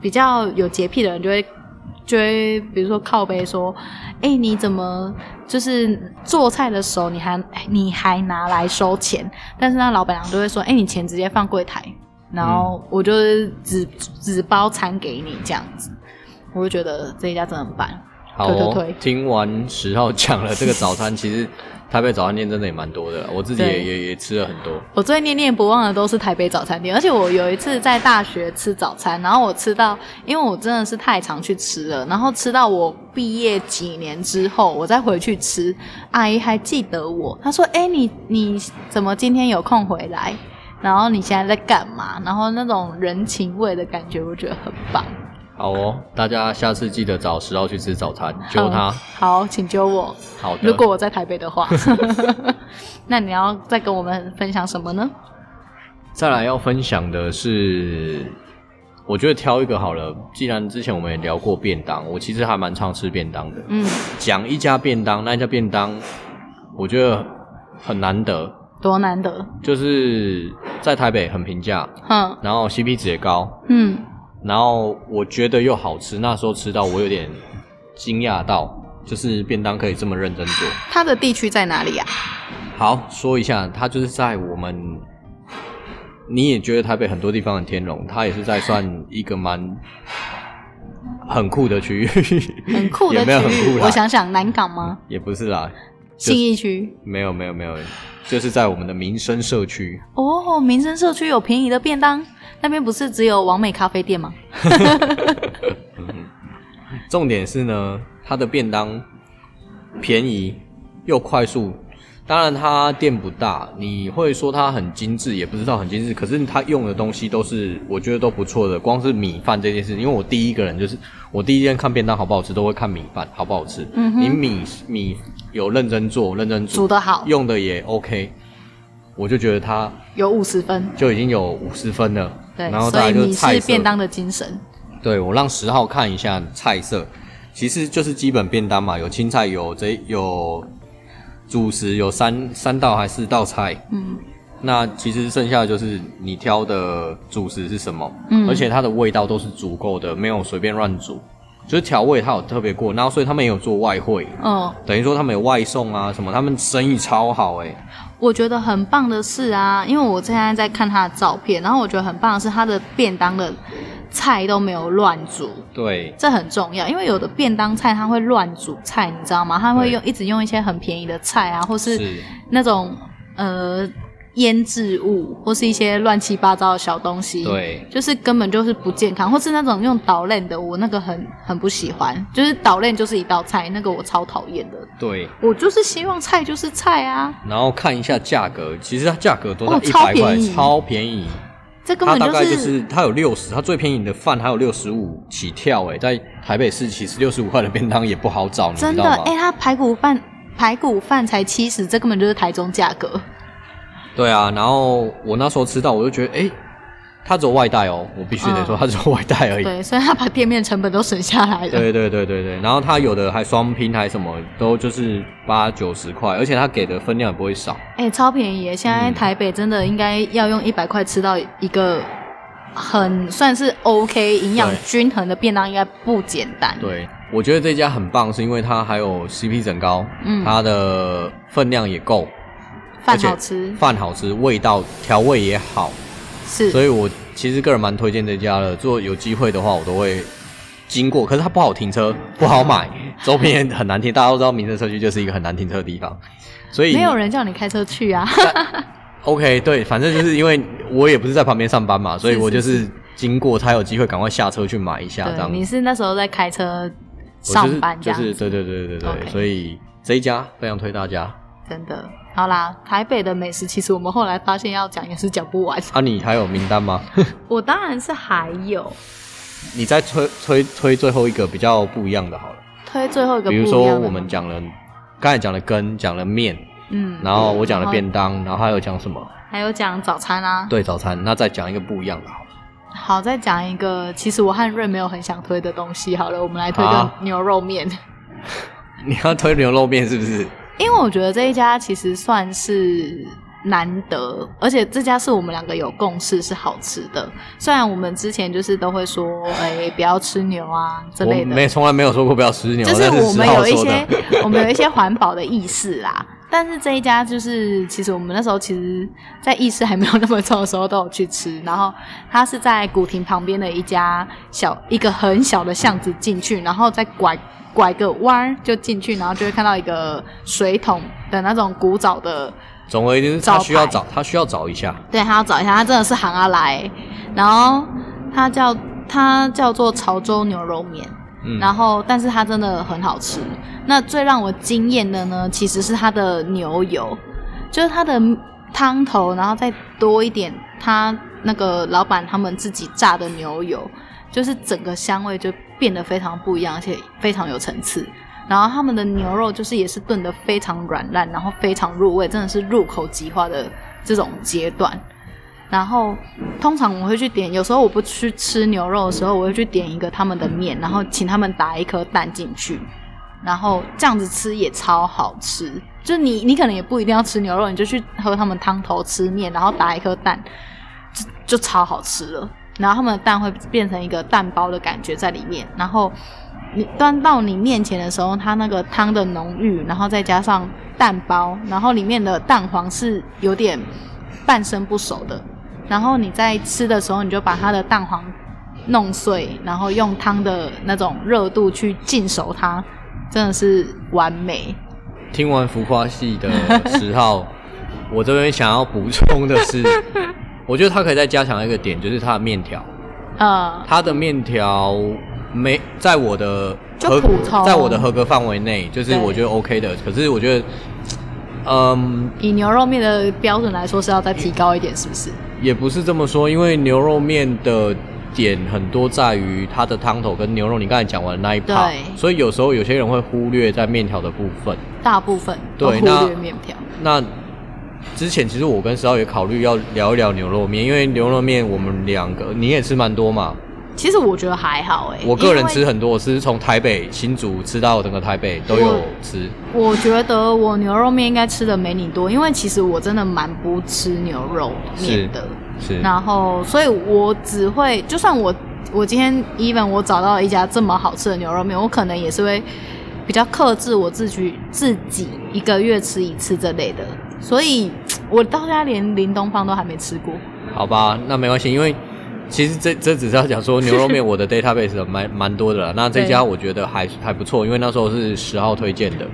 Speaker 1: 比较有洁癖的人就会。就会比如说靠背说，哎、你怎么就是做菜的时候你还你还拿来收钱？但是那老板娘就会说，哎、你钱直接放柜台，然后我就是只只包餐给你这样子，我就觉得这一家真的很棒。
Speaker 2: 好
Speaker 1: 推推
Speaker 2: 哦。
Speaker 1: 推
Speaker 2: 听完十号讲了这个早餐，其实台北早餐店真的也蛮 多的，我自己也
Speaker 1: 对
Speaker 2: 也也吃了很多。
Speaker 1: 我最念念不忘的都是台北早餐店，而且我有一次在大学吃早餐，然后我吃到，因为我真的是太常去吃了，然后吃到我毕业几年之后，我再回去吃，阿姨还记得我，她说：“哎、你你怎么今天有空回来？然后你现在在干嘛？”然后那种人情味的感觉，我觉得很棒。
Speaker 2: 好哦，大家下次记得找十号去吃早餐，揪他。
Speaker 1: 嗯好，好请揪我。
Speaker 2: 好的，
Speaker 1: 如果我在台北的话， 那你要再跟我们分享什么呢？
Speaker 2: 再来要分享的是，我觉得挑一个好了。既然之前我们也聊过便当，我其实还蛮常吃便当的。
Speaker 1: 嗯，
Speaker 2: 讲一家便当，那一家便当，我觉得很难得，
Speaker 1: 多难得，
Speaker 2: 就是在台北很平价，
Speaker 1: 哼，
Speaker 2: 然后 CP 值也高，
Speaker 1: 嗯。
Speaker 2: 然后我觉得又好吃。那时候吃到我有点惊讶到，就是便当可以这么认真做。
Speaker 1: 它的地区在哪里啊？
Speaker 2: 好，说一下，它就是在我们，你也觉得台北很多地方很天龙，它也是在算一个蛮很酷的区域，
Speaker 1: 很酷的
Speaker 2: 也没有很
Speaker 1: 区
Speaker 2: 酷
Speaker 1: 域，
Speaker 2: 啦，
Speaker 1: 我想想，南港吗？
Speaker 2: 也不是啦，就是
Speaker 1: 信义区
Speaker 2: 没有没有没有，就是在我们的民生社区，
Speaker 1: 哦，民生社区有便宜的便当，那边不是只有完美咖啡店吗？
Speaker 2: 重点是呢，它的便当便宜又快速。当然，它店不大，你会说它很精致，也不知道很精致。可是它用的东西都是我觉得都不错的，光是米饭这件事，因为我第一个人就是我第一件看便当好不好吃，都会看米饭好不好吃。
Speaker 1: 嗯哼
Speaker 2: 你米米有认真做，认真煮，
Speaker 1: 煮得好，
Speaker 2: 用的也 OK，我就觉得它
Speaker 1: 有五十分，
Speaker 2: 就已经有五十分了。
Speaker 1: 对
Speaker 2: 然，后再
Speaker 1: 所
Speaker 2: 来
Speaker 1: 以
Speaker 2: 就
Speaker 1: 你
Speaker 2: 菜
Speaker 1: 是
Speaker 2: 色
Speaker 1: 便当的精神，
Speaker 2: 对，我让十号看一下菜色，其实就是基本便当嘛，有青菜，有这有主食，有三三道还四道菜。
Speaker 1: 嗯，
Speaker 2: 那其实剩下的就是你挑的主食是什么，
Speaker 1: 嗯
Speaker 2: 而且它的味道都是足够的，没有随便乱煮，就是调味它有特别过，然后所以他们也有做外汇，
Speaker 1: 哦，
Speaker 2: 等于说他们有外送啊什么，他们生意超好哎、
Speaker 1: 我觉得很棒的是啊，因为我现在在看他的照片，然后我觉得很棒的是他的便当的菜都没有乱煮，
Speaker 2: 对，
Speaker 1: 这很重要，因为有的便当菜它会乱煮菜，你知道吗？它会
Speaker 2: 对
Speaker 1: 用一直用一些很便宜的菜啊，或是
Speaker 2: 是
Speaker 1: 那种呃腌制物，或是一些乱七八糟的小东西，，
Speaker 2: 对，
Speaker 1: 就是根本就是不健康，或是那种用导链的，我那个很很不喜欢，就是导链就是一道菜，那个我超讨厌的。
Speaker 2: 对。
Speaker 1: 我就是希望菜就是菜啊，
Speaker 2: 然后看一下价格，其实它价格都
Speaker 1: 哦
Speaker 2: 在一
Speaker 1: 超
Speaker 2: 百
Speaker 1: 便
Speaker 2: 块，
Speaker 1: 宜
Speaker 2: 超便宜。
Speaker 1: 这根
Speaker 2: 它
Speaker 1: 本
Speaker 2: 大概
Speaker 1: 是、
Speaker 2: 就是它有六十，它最便宜的饭还有六十五起跳哎、在台北市其实六十五块的便当也不好找，你知
Speaker 1: 真
Speaker 2: 道
Speaker 1: 的
Speaker 2: 吗？
Speaker 1: 哎、它排骨饭排骨饭才七十，这根本就是台中价格。
Speaker 2: 对啊，然后我那时候吃到我就觉得哎、它只有外带哦，我必须得说
Speaker 1: 嗯
Speaker 2: 它只有外带而已。
Speaker 1: 对，所以他把店面成本都省下来了。
Speaker 2: 对对对对对，然后它有的还双拼还什么，都就是八九十块，而且它给的分量也不会少。
Speaker 1: 哎、超便宜耶！现
Speaker 2: 嗯
Speaker 1: 在台北真的应该要用一百块吃到一个很算是 OK 营养
Speaker 2: 对
Speaker 1: 均衡的便当，应该不简单。
Speaker 2: 对，我觉得这家很棒，是因为它还有 CP 整高，
Speaker 1: 嗯
Speaker 2: 它的分量也够，
Speaker 1: 饭
Speaker 2: 而且
Speaker 1: 好吃
Speaker 2: 饭好吃，味道调味也好，所
Speaker 1: 是，
Speaker 2: 以我其实个人蛮推荐这家的。如果有机会的话，我都会经过，可是它不好停车，不好买，周边也很难停。大家都知道民生社区就是一个很难停车的地方，所以
Speaker 1: 没有人叫你开车去 啊。
Speaker 2: OK，对，反正就是因为我也不是在旁边上班嘛，所以
Speaker 1: 是
Speaker 2: 我就是是经过，才有机会赶快下车去买一下这
Speaker 1: 对，
Speaker 2: 样。
Speaker 1: 你是那时候在开车
Speaker 2: 我
Speaker 1: 上班这
Speaker 2: 就
Speaker 1: 样子，
Speaker 2: 是就是对对对对对对
Speaker 1: OK
Speaker 2: 所以这一家非常推大家。
Speaker 1: 真的。好啦，台北的美食其实我们后来发现要讲也是讲不完。
Speaker 2: 啊，你还有名单吗？
Speaker 1: 我当然是还有
Speaker 2: 你再推推推最后一个比较不一样的好了，
Speaker 1: 推最后一个不
Speaker 2: 比
Speaker 1: 一样
Speaker 2: 如
Speaker 1: 的，
Speaker 2: 说我们讲了刚才讲了羹，讲了面，
Speaker 1: 嗯，
Speaker 2: 然后我讲
Speaker 1: 然
Speaker 2: 了
Speaker 1: 后
Speaker 2: 便当，然后还有讲什么？
Speaker 1: 还有讲早餐啊。
Speaker 2: 对，早餐。那再讲一个不一样的好了。
Speaker 1: 好，再讲一个，其实我和润没有很想推的东西。好了，我们来推个
Speaker 2: 啊
Speaker 1: 牛肉面。
Speaker 2: 你要推牛肉面是不是？
Speaker 1: 因为我觉得这一家其实算是难得，而且这家是我们两个有共识是好吃的。虽然我们之前就是都会说，哎、不要吃牛啊之
Speaker 2: 我
Speaker 1: 类的，
Speaker 2: 没从来没有说过不要吃牛，
Speaker 1: 就
Speaker 2: 但
Speaker 1: 我
Speaker 2: 十
Speaker 1: 们
Speaker 2: 号
Speaker 1: 有一
Speaker 2: 说的
Speaker 1: 些 我们有一些环保的意识啦。但是这一家就是，其实我们那时候其实，在意识还没有那么重的时候都有去吃。然后它是在古亭旁边的一家小一个很小的巷子进去，然后再拐拐个弯儿就进去，然后就会看到一个水桶的那种古早的
Speaker 2: 总而言之，他需要
Speaker 1: 招
Speaker 2: 找，他需要找一下。
Speaker 1: 对他要找一下，他真的是行啊来，然后他叫他叫做潮州牛肉面，
Speaker 2: 嗯
Speaker 1: 然后但是它真的很好吃。那最让我惊艳的呢，其实是它的牛油，就是它的汤头，然后再多一点它那个老板他们自己榨的牛油，就是整个香味就变得非常不一样，而且非常有层次。然后他们的牛肉就是也是炖得非常软烂，然后非常入味，真的是入口即化的这种阶段。然后通常我会去点，有时候我不去吃牛肉的时候，我会去点一个他们的面，然后请他们打一颗蛋进去，然后这样子吃也超好吃。就你你可能也不一定要吃牛肉，你就去喝他们汤头吃面，然后打一颗蛋，就就超好吃了。然后他们的蛋会变成一个蛋包的感觉在里面，然后你端到你面前的时候，它那个汤的浓郁，然后再加上蛋包，然后里面的蛋黄是有点半生不熟的，然后你在吃的时候，你就把它的蛋黄弄碎，然后用汤的那种热度去浸熟它，真的是完美。
Speaker 2: 听完浮夸系的十号， 我这边想要补充的 是，我觉得他可以再加强一个点，就是他的面条，
Speaker 1: 呃，
Speaker 2: 他的面条没在我的
Speaker 1: 就
Speaker 2: 合
Speaker 1: 普通
Speaker 2: 在我的合格范围内，就是
Speaker 1: 对
Speaker 2: 我觉得 OK 的。可是我觉得，嗯，
Speaker 1: 以牛肉面的标准来说，是要再提高一点，是不是？
Speaker 2: 也不是这么说，因为牛肉面的点很多在于它的汤头跟牛肉，你刚才讲完的那一 part，
Speaker 1: 对
Speaker 2: 所以有时候有些人会忽略在面条的部分。
Speaker 1: 大部分都
Speaker 2: 对
Speaker 1: 忽
Speaker 2: 那
Speaker 1: 略面条，
Speaker 2: 那之前其实我跟十号也考虑要聊一聊牛肉面，因为牛肉面我们两个你也吃蛮多嘛，
Speaker 1: 其实我觉得还好哎、
Speaker 2: 我个人
Speaker 1: 因为
Speaker 2: 吃很多，我是从台北新竹吃到整个台北都有吃。
Speaker 1: 我觉得我牛肉面应该吃的没你多，因为其实我真的蛮不吃牛肉面的。
Speaker 2: 是，
Speaker 1: 然后，所以我只会，就算我我今天 even 我找到了一家这么好吃的牛肉面，我可能也是会比较克制我自己自己一个月吃一次这类的。所以我到现在连林东方都还没吃过。
Speaker 2: 好吧，那没关系，因为其实这这只是要讲说牛肉面我的 database 蛮蛮多的啦。那这
Speaker 1: 对
Speaker 2: 家我觉得还还不错，因为那时候是十号推荐的。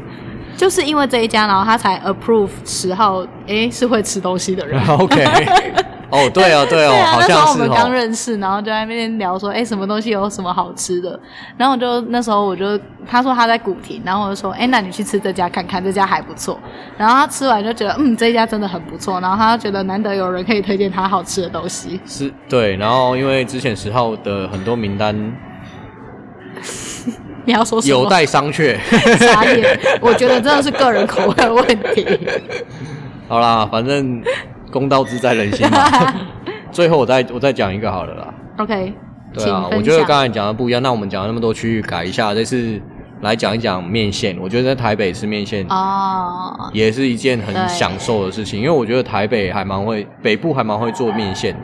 Speaker 1: 就是因为这一家，然后他才 approve 十号，诶，是会吃东西的人。
Speaker 2: OK，哦对哦 对哦，
Speaker 1: 啊，
Speaker 2: 好
Speaker 1: 那时
Speaker 2: 像
Speaker 1: 候我
Speaker 2: 是
Speaker 1: 们刚
Speaker 2: 哦。
Speaker 1: 认识，然后就在那边聊说，哎、什么东西有什么好吃的？然后我就那时候我就他说他在古亭，然后我就说，哎、那你去吃这家看看，这家还不错。然后他吃完就觉得，嗯，这一家真的很不错。然后他就觉得难得有人可以推荐他好吃的东西，
Speaker 2: 是对，然后因为之前十号的很多名单
Speaker 1: 你要说什么？
Speaker 2: 有啊待商榷。
Speaker 1: 傻眼，我觉得真的是个人口味的问题。
Speaker 2: 好啦，反正公道自在人心嘛。最后我再我再讲一个好了啦。
Speaker 1: OK，
Speaker 2: 对
Speaker 1: 请，
Speaker 2: 啊我
Speaker 1: 分
Speaker 2: 觉得
Speaker 1: 享。
Speaker 2: 刚才讲的不一样。那我们讲了那么多区域，改一下，这次来讲一讲面线。我觉得在台北吃面线
Speaker 1: 哦，
Speaker 2: 也是一件很
Speaker 1: 对
Speaker 2: 享受的事情，因为我觉得台北还蛮会，北部还蛮会做面线的。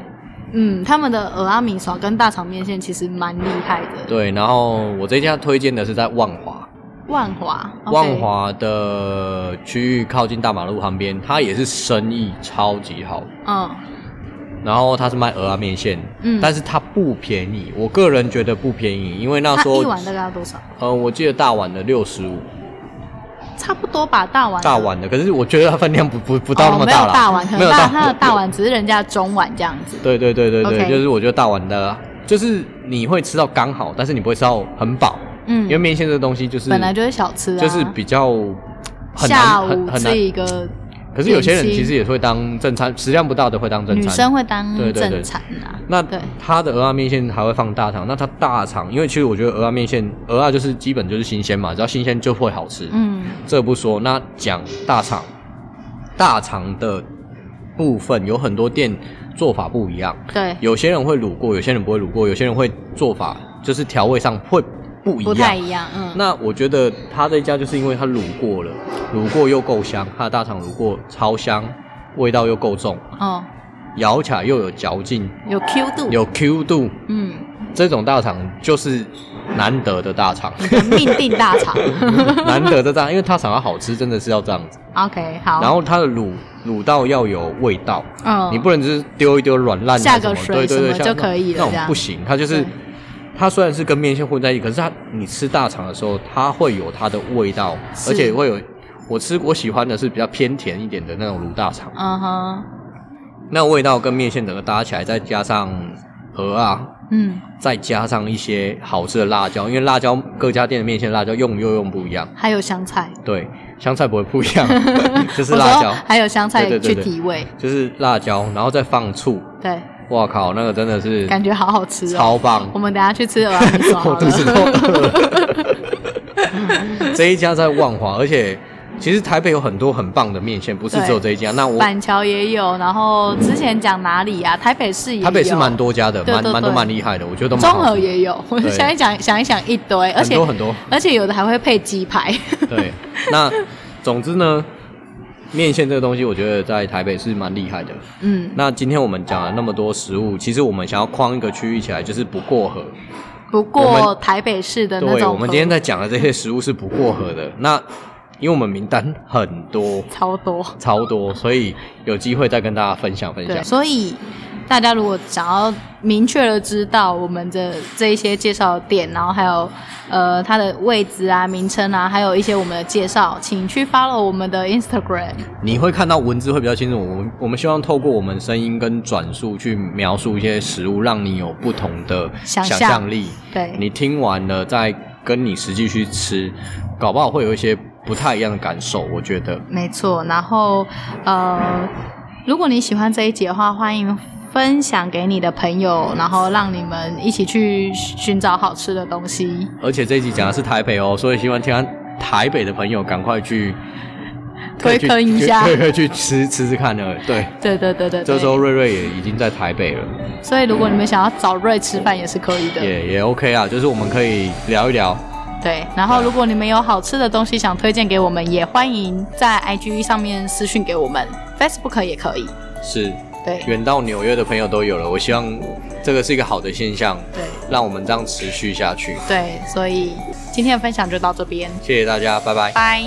Speaker 1: 嗯，他们的鹅阿米耍跟大肠面线其实蛮厉害的。，
Speaker 2: 对，然后我这家推荐的是在万华，
Speaker 1: 万华，
Speaker 2: 万，华的区域靠近大马路旁边，它也是生意超级好。
Speaker 1: 嗯，
Speaker 2: 然后它是卖鹅啊面线，
Speaker 1: 嗯
Speaker 2: 但是它不便宜，我个人觉得不便宜，因为那
Speaker 1: 它
Speaker 2: 时候
Speaker 1: 一碗大概要多少？
Speaker 2: 呃，我记得大碗的六十五，
Speaker 1: 差不多吧，大碗。
Speaker 2: 大碗的，可是我觉得它分量不不不到那么
Speaker 1: 哦、没
Speaker 2: 大
Speaker 1: 有
Speaker 2: 啦，
Speaker 1: 大碗，可
Speaker 2: 没
Speaker 1: 能
Speaker 2: 有
Speaker 1: 大
Speaker 2: 大
Speaker 1: 它的大碗只是人家的中碗这样子。
Speaker 2: 对对对对对
Speaker 1: OK
Speaker 2: 就是我觉得大碗的，就是你会吃到刚好，但是你不会吃到很饱，
Speaker 1: 嗯
Speaker 2: 因为，面线这个东西就是
Speaker 1: 本来就是小吃啊，
Speaker 2: 就是比较很
Speaker 1: 下
Speaker 2: 难
Speaker 1: 午
Speaker 2: 很很
Speaker 1: 吃
Speaker 2: 难，
Speaker 1: 一个，
Speaker 2: 可是有些人
Speaker 1: 点心
Speaker 2: 其实也会当正餐，食量不大的会当正餐。
Speaker 1: 女生会当
Speaker 2: 对对对
Speaker 1: 正餐啊。
Speaker 2: 那
Speaker 1: 对
Speaker 2: 它的鹅啊面线还会放大肠，那它大肠，因为其实我觉得鹅啊面线，鹅啊就是基本就是新鲜嘛，只要新鲜就会好吃。，
Speaker 1: 嗯，
Speaker 2: 这不说，那讲大肠，大肠的部分有很多店做法不一样，
Speaker 1: 对，
Speaker 2: 有些人会卤过，有些人不会卤过，有些人会做法就是调味上会不一
Speaker 1: 不太
Speaker 2: 样。
Speaker 1: 一样，嗯，
Speaker 2: 那我觉得他这家就是因为他卤过了，卤过又够香，他的大肠卤过超香，味道又够重，
Speaker 1: 哦，
Speaker 2: 咬起来又有嚼劲，
Speaker 1: 有 Q 度，
Speaker 2: 有 Q 度，
Speaker 1: 嗯，
Speaker 2: 这种大肠就是难得的大肠，
Speaker 1: 命定大肠。
Speaker 2: 难得的大肠，因为大肠要好吃，真的是要这样子。
Speaker 1: OK，好。
Speaker 2: 然后它的卤卤到要有味道，
Speaker 1: 嗯，
Speaker 2: 你不能只是丢一丢软烂啊
Speaker 1: 下个
Speaker 2: 什么
Speaker 1: 水
Speaker 2: 对对对
Speaker 1: 什么
Speaker 2: 下
Speaker 1: 就可以了
Speaker 2: 那种
Speaker 1: 这
Speaker 2: 那
Speaker 1: 样
Speaker 2: 种不行，它就是
Speaker 1: 对
Speaker 2: 它虽然是跟面线混在一起，可是它你吃大肠的时候，它会有它的味道，
Speaker 1: 是
Speaker 2: 而且会有我吃我喜欢的是比较偏甜一点的那种卤大肠，
Speaker 1: 嗯哼，
Speaker 2: 那味道跟面线整个搭起来，再加上鹅啊，
Speaker 1: 嗯，
Speaker 2: 再加上一些好吃的辣椒，因为辣椒各家店的面线辣椒用又用不一样，
Speaker 1: 还有香菜，
Speaker 2: 对，香菜不会不一 样，就是
Speaker 1: 我
Speaker 2: 辣
Speaker 1: 说
Speaker 2: 椒，
Speaker 1: 还有香菜
Speaker 2: 对对
Speaker 1: 去
Speaker 2: 对对
Speaker 1: 提味，
Speaker 2: 就是辣椒，然后再放醋，
Speaker 1: 对，
Speaker 2: 哇靠，那个真的是
Speaker 1: 感觉好好吃哦。
Speaker 2: 超棒
Speaker 1: 我，们等一下去吃鹅阿米索好
Speaker 2: 我肚子都
Speaker 1: 了。
Speaker 2: 饿了。这一家在万华，而且其实台北有很多很棒的面线，不是只有这一家。那我
Speaker 1: 板桥也有，然后之前讲哪里啊？台北市也有，
Speaker 2: 台北是蛮，多家的，
Speaker 1: 对
Speaker 2: 蛮
Speaker 1: 对
Speaker 2: 蛮多
Speaker 1: 对
Speaker 2: 蛮厉害的，我觉得都蛮
Speaker 1: 中
Speaker 2: 好
Speaker 1: 和
Speaker 2: 吃
Speaker 1: 也有。 我
Speaker 2: 对
Speaker 1: 现在讲想一想一堆，而
Speaker 2: 很
Speaker 1: 且
Speaker 2: 多 很多。
Speaker 1: 而且有的还会配鸡排。
Speaker 2: 对，那总之呢，面线这个东西，我觉得在台北是蛮厉害的。
Speaker 1: 嗯，
Speaker 2: 那今天我们讲了那么多食物，其实我们想要框一个区域起来，就是不过河。
Speaker 1: 不
Speaker 2: 我
Speaker 1: 过
Speaker 2: 们
Speaker 1: 台北市的那
Speaker 2: 对，
Speaker 1: 种，
Speaker 2: 我们今天在讲的这些食物是不过河的。那因为我们名单很多，
Speaker 1: 超多。
Speaker 2: 超多，所以有机会再跟大家分享分
Speaker 1: 对，
Speaker 2: 享。
Speaker 1: 所以大家如果想要明确的知道我们的这一些介绍的店，然后还有呃它的位置啊、名称啊，还有一些我们的介绍，请去 follow 我们的 Instagram。
Speaker 2: 你会看到文字会比较清楚。我们我们希望透过我们声音跟转述去描述一些食物，让你有不同的
Speaker 1: 想
Speaker 2: 想
Speaker 1: 象
Speaker 2: 象力。
Speaker 1: 对
Speaker 2: 你听完了再跟你实际去吃，搞不好会有一些不太一样的感受。我觉得
Speaker 1: 没错，然后呃，如果你喜欢这一集的话，欢迎分享给你的朋友，然后让你们一起去寻找好吃的东西。
Speaker 2: 而且这一集讲的是台北哦，所以希望听完台北的朋友赶快去
Speaker 1: 推坑一下
Speaker 2: 对对，去吃吃吃看呢。对，
Speaker 1: 对对对对
Speaker 2: 这
Speaker 1: 对，
Speaker 2: 时候瑞瑞也已经在台北了，
Speaker 1: 所以如果你们想要找瑞吃饭也是可以的。
Speaker 2: 也也 OK 啊，就是我们可以聊一聊。
Speaker 1: 对，然后如果你们有好吃的东西想推荐给我们，也欢迎在 IG 上面私讯给我们，Facebook 也可以。
Speaker 2: 是，
Speaker 1: 对
Speaker 2: 远到纽约的朋友都有了。我希望这个是一个好的现象，
Speaker 1: 对
Speaker 2: 让我们这样持续下去。
Speaker 1: 对，所以今天的分享就到这边，
Speaker 2: 谢谢大家，拜拜。
Speaker 1: 拜。